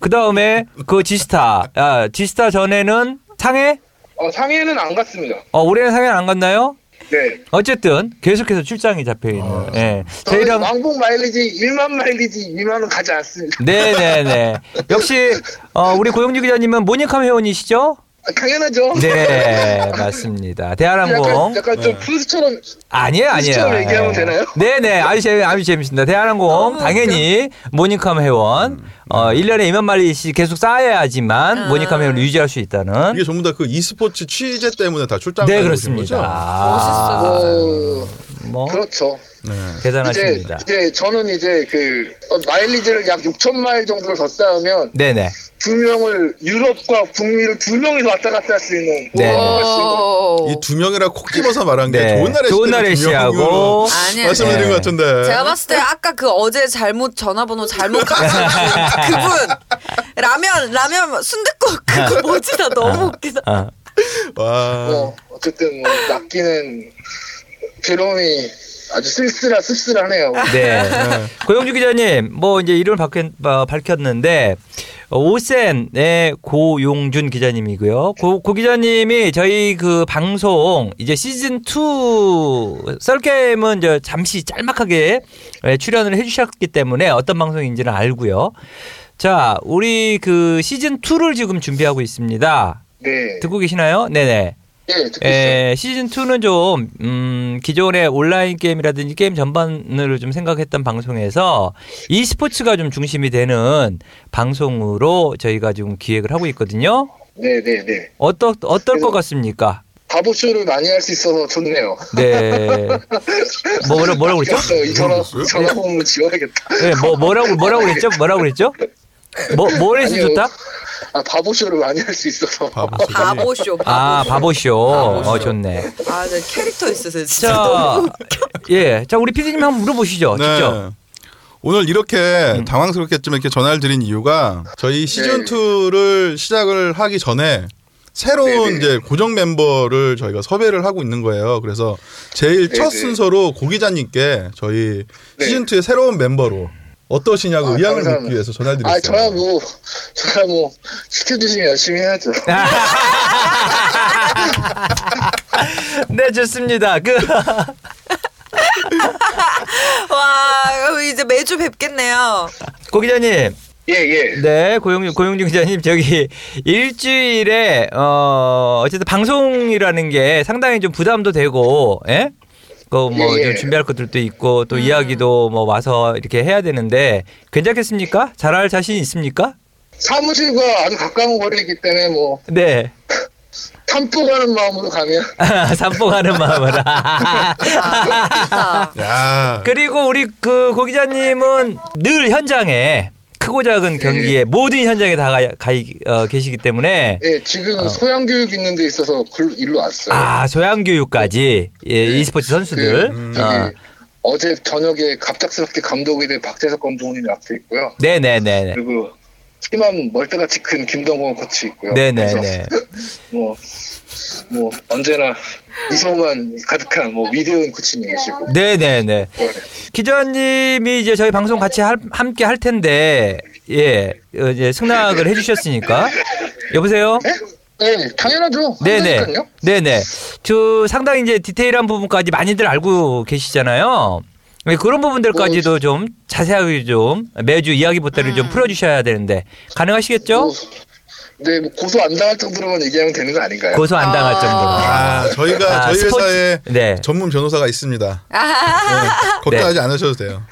C: 그다음에 그 지스타. 아, 지스타 전에는 상해?
E: 어, 상해는 안 갔습니다.
C: 어, 올해는 상해는 안 갔나요?
E: 네.
C: 어쨌든 계속해서 출장이 잡혀
E: 아,
C: 있는. 예.
E: 저희랑
C: 저희랑
E: 왕복 마일리지 1만 마일리지 2만원 가지 않습니다.
C: 네, 네, 네. 역시 어, 우리 고영주 기자님은 모니캄 회원이시죠?
E: 아, 당연하죠.
C: 네, 맞습니다. 네.
E: 약간,
C: 대한항공.
E: 약간 좀 푸스처럼
C: 아니에요, 아니에요.
E: 시점 얘기하면
C: 예.
E: 되나요?
C: 네네. 아주, 재미, 아주 재밌습니다. 대한항공, 당연히, 모니캄 회원, 어, 1년에 2만 마리씩 계속 쌓아야지만,
A: 아.
C: 모니캄 회원을 유지할 수 있다는.
B: 이게 전부 다 그 e스포츠 취재 때문에 다 출장
C: 네,
B: 가고 계신
C: 그렇습니다.
A: 멋있어요.
C: 아,
E: 어,
C: 뭐,
E: 그렇죠.
B: 거죠? 네.
E: 이제
C: 대단하십니다.
E: 이제 저는 이제 그 어, 마일리지를 약 6천 마일 정도를 더 쌓으면
C: 네네.
E: 두 명을 유럽과 북미를 두 명이서 왔다 갔다 할 수 있는
C: 네.
A: 어.
E: 그런
A: 오.
E: 것이-
B: 이 두 명이라 콕 집어서 말한 게
C: 어. 네.
B: 좋은 날의
C: 좋은 날의 씨하고.
A: 아니에요.
B: 말씀드린
C: 네.
B: 것 같은데.
A: 제가 봤을 때 아까 그 어제 잘못 전화번호 잘못 까준 그분 라면 라면 순댓국 그거 뭐지 나 너무 웃기다.
C: 아,
B: 와.
C: 음.
E: 뭐 어쨌든 뭐 낚이는 괴로움이 아주 쓸쓸하 씁쓸하네요.
C: 네. 고영주 기자님, 뭐, 이제 이름을 밝혔, 어, 밝혔는데, 어, 오센의 고용준 기자님이고요. 고, 고 기자님이 저희 그 방송, 이제 시즌2 썰게임은 이제 잠시 짤막하게 예, 출연을 해주셨기 때문에 어떤 방송인지는 알고요. 자, 우리 그 시즌2를 지금 준비하고 있습니다.
E: 네.
C: 듣고 계시나요? 네네.
E: 예, 듣고 있어요.
C: 에, 시즌 2는 좀 음, 기존의 온라인 게임이라든지 게임 전반을 좀 생각했던 방송에서 e 스포츠가 좀 중심이 되는 방송으로 저희가 지금 기획을 하고 있거든요.
E: 네, 네, 네.
C: 어떠 어떨 것
E: 그래서-
C: 같습니까?
E: 바보쇼를 많이 할 수 있어서 좋네요.
C: 네. 뭐라 뭐라고 그랬죠?
E: 그래서 이 전화 전화 보면 지워야겠다.
C: 네, 뭐 뭐라고 뭐라고 그랬죠? 뭐라고 그랬죠? 뭐 뭐래서
E: 아니요.
C: 좋다?
E: 아, 바보쇼를 많이 할 수 있어서.
B: 바보 소리.
A: 바보쇼. 바보쇼.
C: 아 바보쇼. 어 좋네.
A: 아, 네, 캐릭터 있으세요, 진짜.
C: 자, 예, 자 우리 PD님 한번 물어보시죠.
B: 네.
C: 음. 직접.
B: 오늘 이렇게 당황스럽겠지만 이렇게 전화를 드린 이유가 저희 시즌
E: 네.
B: 2를 시작을 하기 전에 새로운
E: 네, 네.
B: 이제 고정 멤버를 저희가 섭외를 하고 있는 거예요. 그래서 제일
E: 네,
B: 첫
E: 네.
B: 순서로 고 기자님께 저희
E: 네.
B: 시즌 2의 새로운 멤버로 어떠시냐고
E: 아,
B: 그 의향을
E: 감사합니다.
B: 묻기 위해서 전화를 드렸어요.
E: 아, 저야 뭐, 저야 뭐, 시켜주시면 열심히 해야죠.
C: 네 좋습니다. 그
A: 와, 이제 매주 뵙겠네요.
C: 고기자님,
E: 예, 예.
C: 네 고용 고용준 기자님 저기 일주일에 어 어쨌든 방송이라는 게 상당히 좀 부담도 되고, 예? 그뭐
E: 예, 음. 예.
C: 준비할 것들도 있고 또 이야기도 뭐 와서 이렇게 해야 되는데 괜찮겠습니까? 잘할 자신 있습니까?
E: 사무실과 아주 가까운 거리이기 때문에 뭐,
C: 네.
E: 탐복하는 마음으로 가면.
C: 산봉하는 마음으로.
A: 아,
B: 야,
C: 네. 그리고 우리 그 고기자님은 늘 현장에 크고
E: 네.
C: 작은 경기에 모든 현장에 다 가, 가 어, 계시기 때문에
E: 예, 지금 소양교육 있는 데 있어서 글, 일로 왔어요.
C: 아 소양 교육까지 예, e스포츠 선수들
E: 네. 그,
C: 어.
E: 저기, 어제 저녁에 갑작스럽게 감독이 된 박재석 감독님이 앞에 있고요.
C: 네네네
E: 그리고 키만 멀때같이 큰 김동건 코치 있고요. 그래서
C: 네네네
E: 뭐, 뭐 언제나 이성만 가득한 뭐 위대한 코치님이시고.
C: 네네네
E: 네.
C: 기자님이 이제 저희 방송 같이 할- 함께 할 텐데 예 어, 이제 승낙을 해주셨으니까 여보세요
E: 네? 네, 당연하죠.
C: 네네.
E: 한다니까요.
C: 네네. 저 상당히 이제 디테일한 부분까지 많이들 알고 계시잖아요. 네, 그런 부분들까지도 좀 자세하게 좀 매주 이야기 보따리를 좀 풀어주셔야 되는데 가능하시겠죠?
E: 뭐, 네, 뭐 고소 안 당할 정도로만 얘기하면 되는 거 아닌가요?
C: 고소 안 당할
A: 아.
C: 정도로.
B: 아, 저희가
C: 아,
B: 저희
C: 스포츠-
B: 회사에
C: 네.
B: 전문 변호사가 있습니다. 네,
A: 아,
B: 걱정하지 않으셔도 돼요.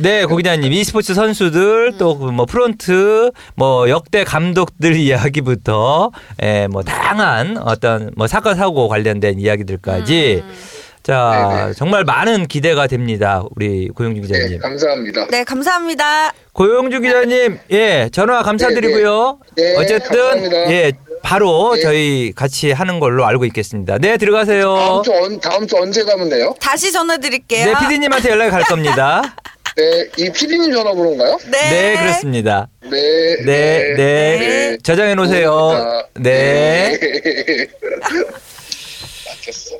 C: 네, 고기자님, e스포츠 선수들 또 뭐 프론트 뭐 역대 감독들 이야기부터 예, 뭐 다양한 어떤 뭐 사건 사고 관련된 이야기들까지 자
E: 음. 네네.
C: 정말 많은 기대가 됩니다, 우리 고용준 기자님.
E: 네, 감사합니다.
A: 네, 감사합니다.
C: 고영주 기자님, 예, 전화 감사드리고요.
E: 네, 네. 네,
C: 어쨌든,
E: 감사합니다.
C: 예, 바로
E: 네.
C: 저희 같이 하는 걸로 알고 있겠습니다. 네, 들어가세요.
E: 다음 주, 언, 다음 주 언제 가면 돼요?
A: 다시 전화드릴게요.
C: 네, 피디님한테 연락이 갈 겁니다.
E: 네, 이 피디님 전화번호인가요?
A: 네.
C: 네, 그렇습니다.
E: 네.
C: 네, 네.
E: 네.
C: 저장해 놓으세요.
E: 고맙습니다.
C: 네.
E: 네. 맞겠어.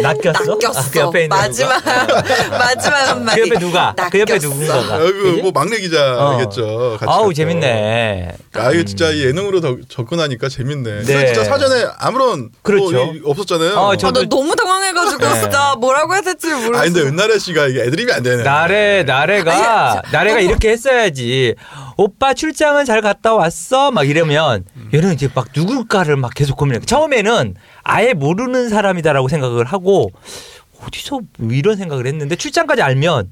C: 낚였어?
A: 낚였어.
C: 아, 그 옆에 있는
A: 마지막 마지막 한마디.
C: 그 옆에 누가? 그 옆에
A: 낚였어.
C: 누군가가.
B: 여기 뭐 막내
C: 어.
B: 기자겠죠. 같이
C: 아우,
B: 갔죠.
C: 재밌네.
B: 아 이거 진짜 이 예능으로 더 접근하니까 재밌네.
C: 네.
B: 진짜 사전에 아무런
C: 그렇죠.
B: 뭐 이- 없었잖아요.
C: 어,
A: 아,
C: 저-
A: 나 너무 당황해가지고
C: 네.
A: 진짜 뭐라고 해야 될지
B: 아
A: 모르겠어.
B: 근데 은나래 씨가 이게 애드립이 안 되네.
C: 나래 나래가
A: 아니, 저-
C: 나래가
A: 너무-
C: 이렇게 했어야지. 오빠 출장은 잘 갔다 왔어? 막 이러면
A: 음.
C: 얘는 이제 막 누굴까를 막 계속 고민해. 처음에는 아예 모르는 사람이다라고 생각을 하고 어디서 뭐 이런 생각을 했는데 출장까지 알면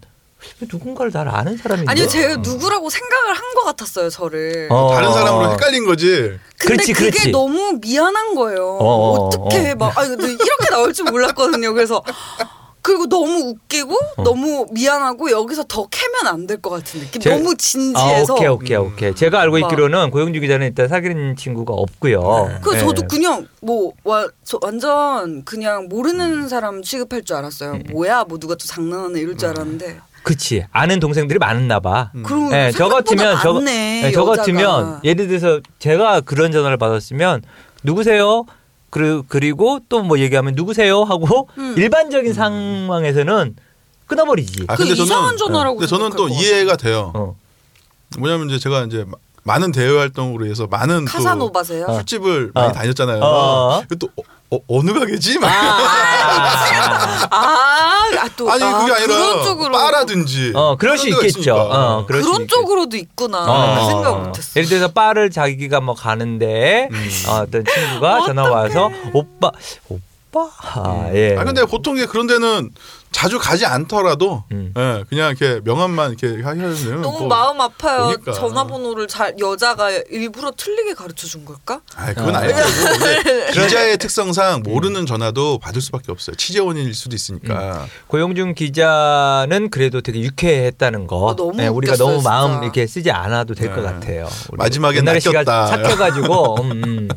C: 누군가를 날 아는 사람인데.
A: 아니요, 제가 누구라고 생각을 한 것 같았어요, 저를.
C: 어.
B: 다른 사람으로 헷갈린 거지.
A: 근데
C: 그렇지,
A: 그게
C: 그렇지.
A: 너무 미안한 거예요.
C: 어,
A: 어, 떻게
C: 어.
A: 막, 아, 근데 이렇게 나올 줄 몰랐거든요. 그래서. 그리고 너무 웃기고
C: 어.
A: 너무 미안하고 여기서 더 캐면 안 될 것 같은 느낌.
C: 제-
A: 너무
C: 아,
A: 진지해서.
C: 오케이 오케이 오케이. 제가 알고
A: 네. 음. 막-
C: 있기로는 고영주 기자는 일단 사귀는 친구가 없고요.
A: 그
C: 예.
A: 저도 그냥 뭐 와, 저 완전 그냥
C: 음.
A: 모르는 사람 취급할 줄 알았어요. 뭐야, 뭐 누가 또 장난하네 이럴
C: 음.
A: 줄 알았는데.
C: 그치 아는 동생들이 많았나 봐.
A: 그리고
C: 예, 저
A: 생각보다
C: 같으면 저,
A: 많네,
C: 예, 저
A: 여자가.
C: 같으면 예를 들어서 제가 그런 전화를 받았으면 누구세요? 그리- 그리고 또 뭐 얘기하면 누구세요? 하고
A: 음.
C: 일반적인 상황에서는 끊어버리지.
B: 아
A: 그 이상한 전화라고
B: 근데 저는
A: 생각할
B: 또
A: 것
B: 이해가 돼요.
C: 어.
B: 뭐냐면 이제 제가 이제 마- 많은 대외 활동으로 해서 많은 또
A: 카사노바세요?
B: 술집을
C: 어.
B: 많이 다녔잖아요.
C: 어.
B: 그리고 또 어, 느 가게지? 막.
C: 아.
A: 아, 아, 또
B: 아니
A: 아,
B: 그게 아니라
A: 그런 쪽으로
B: 빠라든지.
C: 어, 그럴 수
B: 그런 데가
C: 있겠죠.
B: 있으니까.
C: 어, 그럴 수
A: 그런
C: 있겠죠.
A: 쪽으로도 있구나
C: 어.
A: 아, 그 생각 못했어.
C: 예를 들어서 바를 자기가 뭐 가는데 어, 어떤 친구가 전화 와서 오빠 오빠 아, 예.
B: 아 근데 보통 이게 그런 데는 자주 가지 않더라도
C: 음.
B: 예, 그냥 이렇게 명함만 이렇게 하시면 뭐,
F: 너무 마음 아파요.
B: 보니까.
F: 전화번호를 잘 여자가 일부러 틀리게 가르쳐 준 걸까?
B: 아, 그건
C: 아.
B: 알죠. 근데 기자의
C: 음.
B: 특성상 모르는 전화도 받을 수밖에 없어요. 취재원일 수도 있으니까.
C: 음. 고용준 기자는 그래도 되게 유쾌했다는 거. 예,
F: 아, 너무
C: 우리가
F: 웃겼어요,
C: 너무 마음
F: 진짜.
C: 이렇게 쓰지 않아도 될 것
B: 네.
C: 같아요. 우리
B: 마지막엔
C: 옛날에 시가
B: 낚였다.
C: 착해가지고 음,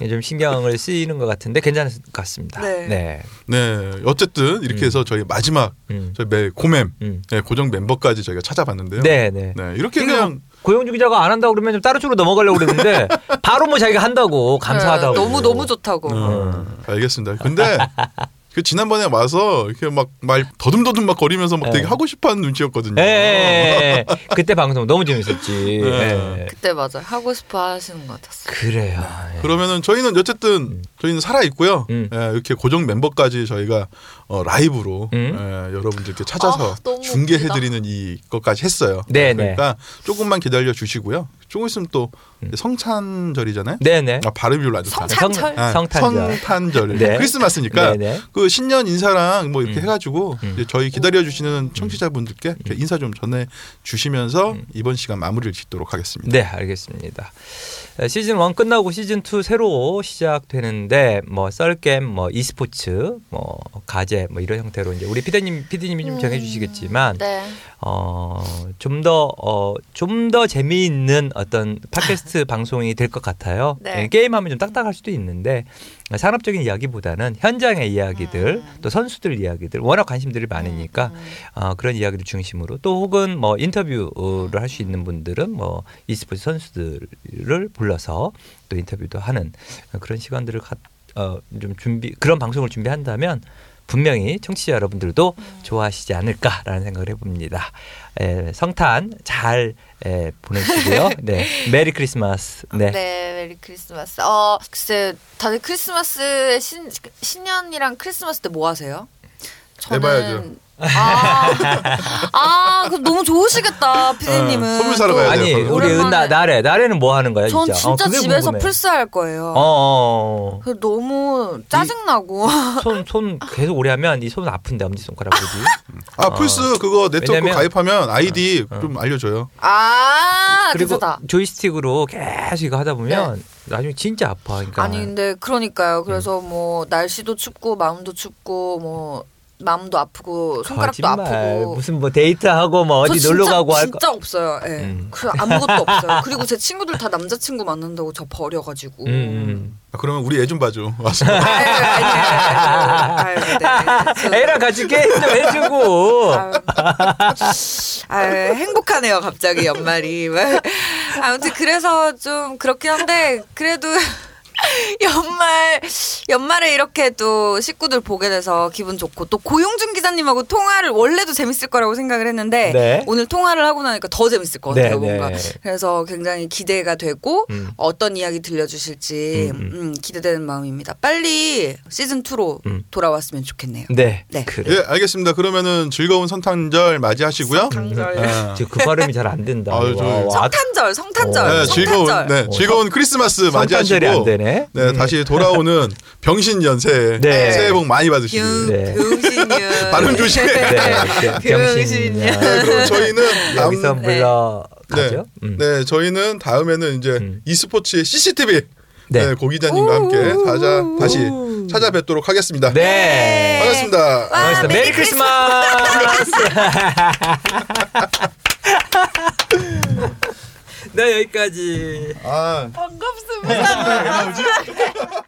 C: 음, 좀 신경을 쓰이는 것 같은데 괜찮을 것 같습니다.
F: 네.
B: 네, 어쨌든 이렇게 해서 저희 마지막
C: 음.
B: 저희 매 고멤
C: 음.
B: 네, 고정 멤버까지 저희가 찾아봤는데요.
C: 네, 네.
B: 네, 이렇게
C: 지금
B: 그냥
C: 고용준 기자가 안 한다고 그러면 좀 다른 쪽으로 넘어가려고 그랬는데 바로 뭐 자기가 한다고 감사하다고.
A: 네,
F: 너무 너무 좋다고.
C: 어.
B: 음, 알겠습니다. 근데 그 지난번에 와서 이렇게 막 말 더듬더듬 막 거리면서 막
C: 네.
B: 되게 하고 싶어하는 눈치였거든요.
C: 예, 예, 예. 그때 방송 너무 재밌었지.
B: 네.
C: 예.
F: 그때 맞아 요 하고 싶어 하시는 것 같았어.
C: 그래요. 예.
B: 그러면은 저희는 어쨌든 저희는 살아 있고요.
C: 음.
B: 예, 이렇게 고정 멤버까지 저희가 어, 라이브로
C: 음.
B: 예, 여러분들께 찾아서
F: 아, 너무
B: 중계해
F: 웃기다.
B: 드리는 이 것까지 했어요.
C: 네,
B: 그러니까 조금만 기다려 주시고요. 조금 있으면 또 성찬절이잖아요.
C: 음. 네네.
B: 아, 발음이 별로 안 좋다.
F: 성찬- 성찬절?
B: 아,
C: 성탄절.
B: 성탄절.
C: 네.
B: 크리스마스니까
C: 네네.
B: 그 신년 인사랑 뭐 이렇게
C: 음.
B: 해가지고
C: 음.
B: 이제 저희 기다려 주시는 청취자분들께 이렇게 인사 좀 전해 주시면서 이번 시간 마무리를 짓도록 하겠습니다.
C: 음. 네, 알겠습니다. 에, 시즌 1 끝나고 시즌 2 새로 시작되는데 뭐 썰겜, 뭐 e스포츠, 뭐 가제 뭐 이런 형태로 이제 우리 피디님 피디님이 좀 정해 주시겠지만
F: 네.
C: 어, 어좀더어좀 더 재미있는 어떤 팟캐스트 방송이 될 것 같아요.
F: 네.
C: 예, 게임하면 좀 딱딱할 수도 있는데 산업적인 이야기보다는 현장의 이야기들 또 선수들 이야기들 워낙 관심들이 많으니까 어, 그런 이야기를 중심으로 또 혹은 뭐 인터뷰를 할 수 있는 분들은 뭐 e스포츠 선수들을 불러서 또 인터뷰도 하는 그런 시간들을 갖 어, 좀 준비 그런 방송을 준비한다면 분명히 청취자 여러분들도 좋아하시지 않을까라는 생각을 해봅니다. 에, 성탄 잘 에, 보내시고요. 네, 메리 크리스마스. 네,
A: 네. 메리 크리스마스. 어, 글쎄, 다들 크리스마스에 신, 신년이랑 크리스마스 때 뭐 하세요?
B: 해봐야죠.
A: 아, 아, 그럼 너무 좋으시겠다,
B: 어,
A: 피디님은.
B: 선물 사러 가야 돼요.
C: 아니
B: 그러면.
C: 우리 은나
A: 네, 오랜만에.
C: 나래 나래는 뭐 하는 거야?
A: 전
C: 진짜,
A: 진짜
C: 어, 그게
A: 집에서
C: 궁금해.
A: 플스할
C: 어,
A: 거예요.
C: 어,
A: 그 너무 짜증나고.
C: 어. 손, 손 계속 오래 하면 이 손 아픈데 엄지 손가락이.
B: 아 플스 그거 네트워크
C: 왜냐면-
B: 가입하면 아이디 좀 알려줘요.
A: 아,
C: 그리고
A: 괜찮다. 네.
C: 조이스틱으로 계속 이거 하다 보면 나중에 진짜 아파. 그러니까
A: 아니, 근데 그러니까요. 그래서 뭐, 날씨도 춥고, 마음도 춥고, 뭐, 마음도 아프고, 손가락도
C: 거짓말.
A: 아프고.
C: 무슨 뭐 데이트하고 뭐
A: 저
C: 어디
A: 진짜,
C: 놀러 가고 할 거.
A: 진짜 없어요. 예.
C: 음.
A: 그 아무것도 없어요. 그리고 제 친구들 다 남자친구 만난다고 저 버려가지고.
C: 음, 음.
B: 아, 그러면 우리 애 좀 봐줘. 네. 와서.
A: 아유, 아유, 아유, 아유, 네.
C: 애랑 같이 게임 좀 해주고.
A: 아, 저- 아유, 행복하네요, 갑자기 연말이. 아무튼 그래서 좀 그렇긴 한데, 그래도 연말, 연말에 이렇게 또 식구들 보게 돼서 기분 좋고, 또 고용준 기자님하고 통화를 원래도 재밌을 거라고 생각을 했는데,
C: 네.
A: 오늘 통화를 하고 나니까 더 재밌을 것 같아요,
C: 네,
A: 뭔가.
C: 네.
A: 그래서 굉장히 기대가 되고,
C: 음.
A: 어떤 이야기 들려주실지
C: 음, 음.
A: 음, 기대되는 마음입니다. 빨리 시즌 2로
C: 음.
A: 돌아왔으면 좋겠네요.
C: 네.
A: 네.
C: 그래.
B: 예, 알겠습니다. 그러면은 즐거운 선탄절 맞이하시고요. 예.
C: 저그 발음이 잘 안 된다.
B: 아유, 저-
A: 성탄절, 성탄절,
C: 어.
B: 네,
A: 성탄절.
B: 즐거운 네, 즐거운 크리스마스
C: 성탄절이
B: 맞이하시고
C: 안 되네. 음.
B: 네, 다시 돌아오는 병신 연세
C: 네.
B: 새해 복 많이 받으시길.
A: 균,
C: 네.
A: 병신년.
B: 발음 조심해.
C: 네,
B: 그
A: 병신이야.
B: 네,
C: 병신이야.
B: 그럼 저희는 다음
C: 여기서 뭐 물러 가죠. 네. 음.
B: 네, 저희는 다음에는 이제
C: 음.
B: e스포츠의 CCTV
C: 네.
B: 네. 고기자님과 함께 다자, 다시 찾아뵙도록 하겠습니다.
C: 네.
B: 반갑습니다.
C: 알겠습니다. 메리 크리스마스. 네 여기까지.
B: 아,
C: 네,
A: 반갑습니다.
B: 왜 나오지?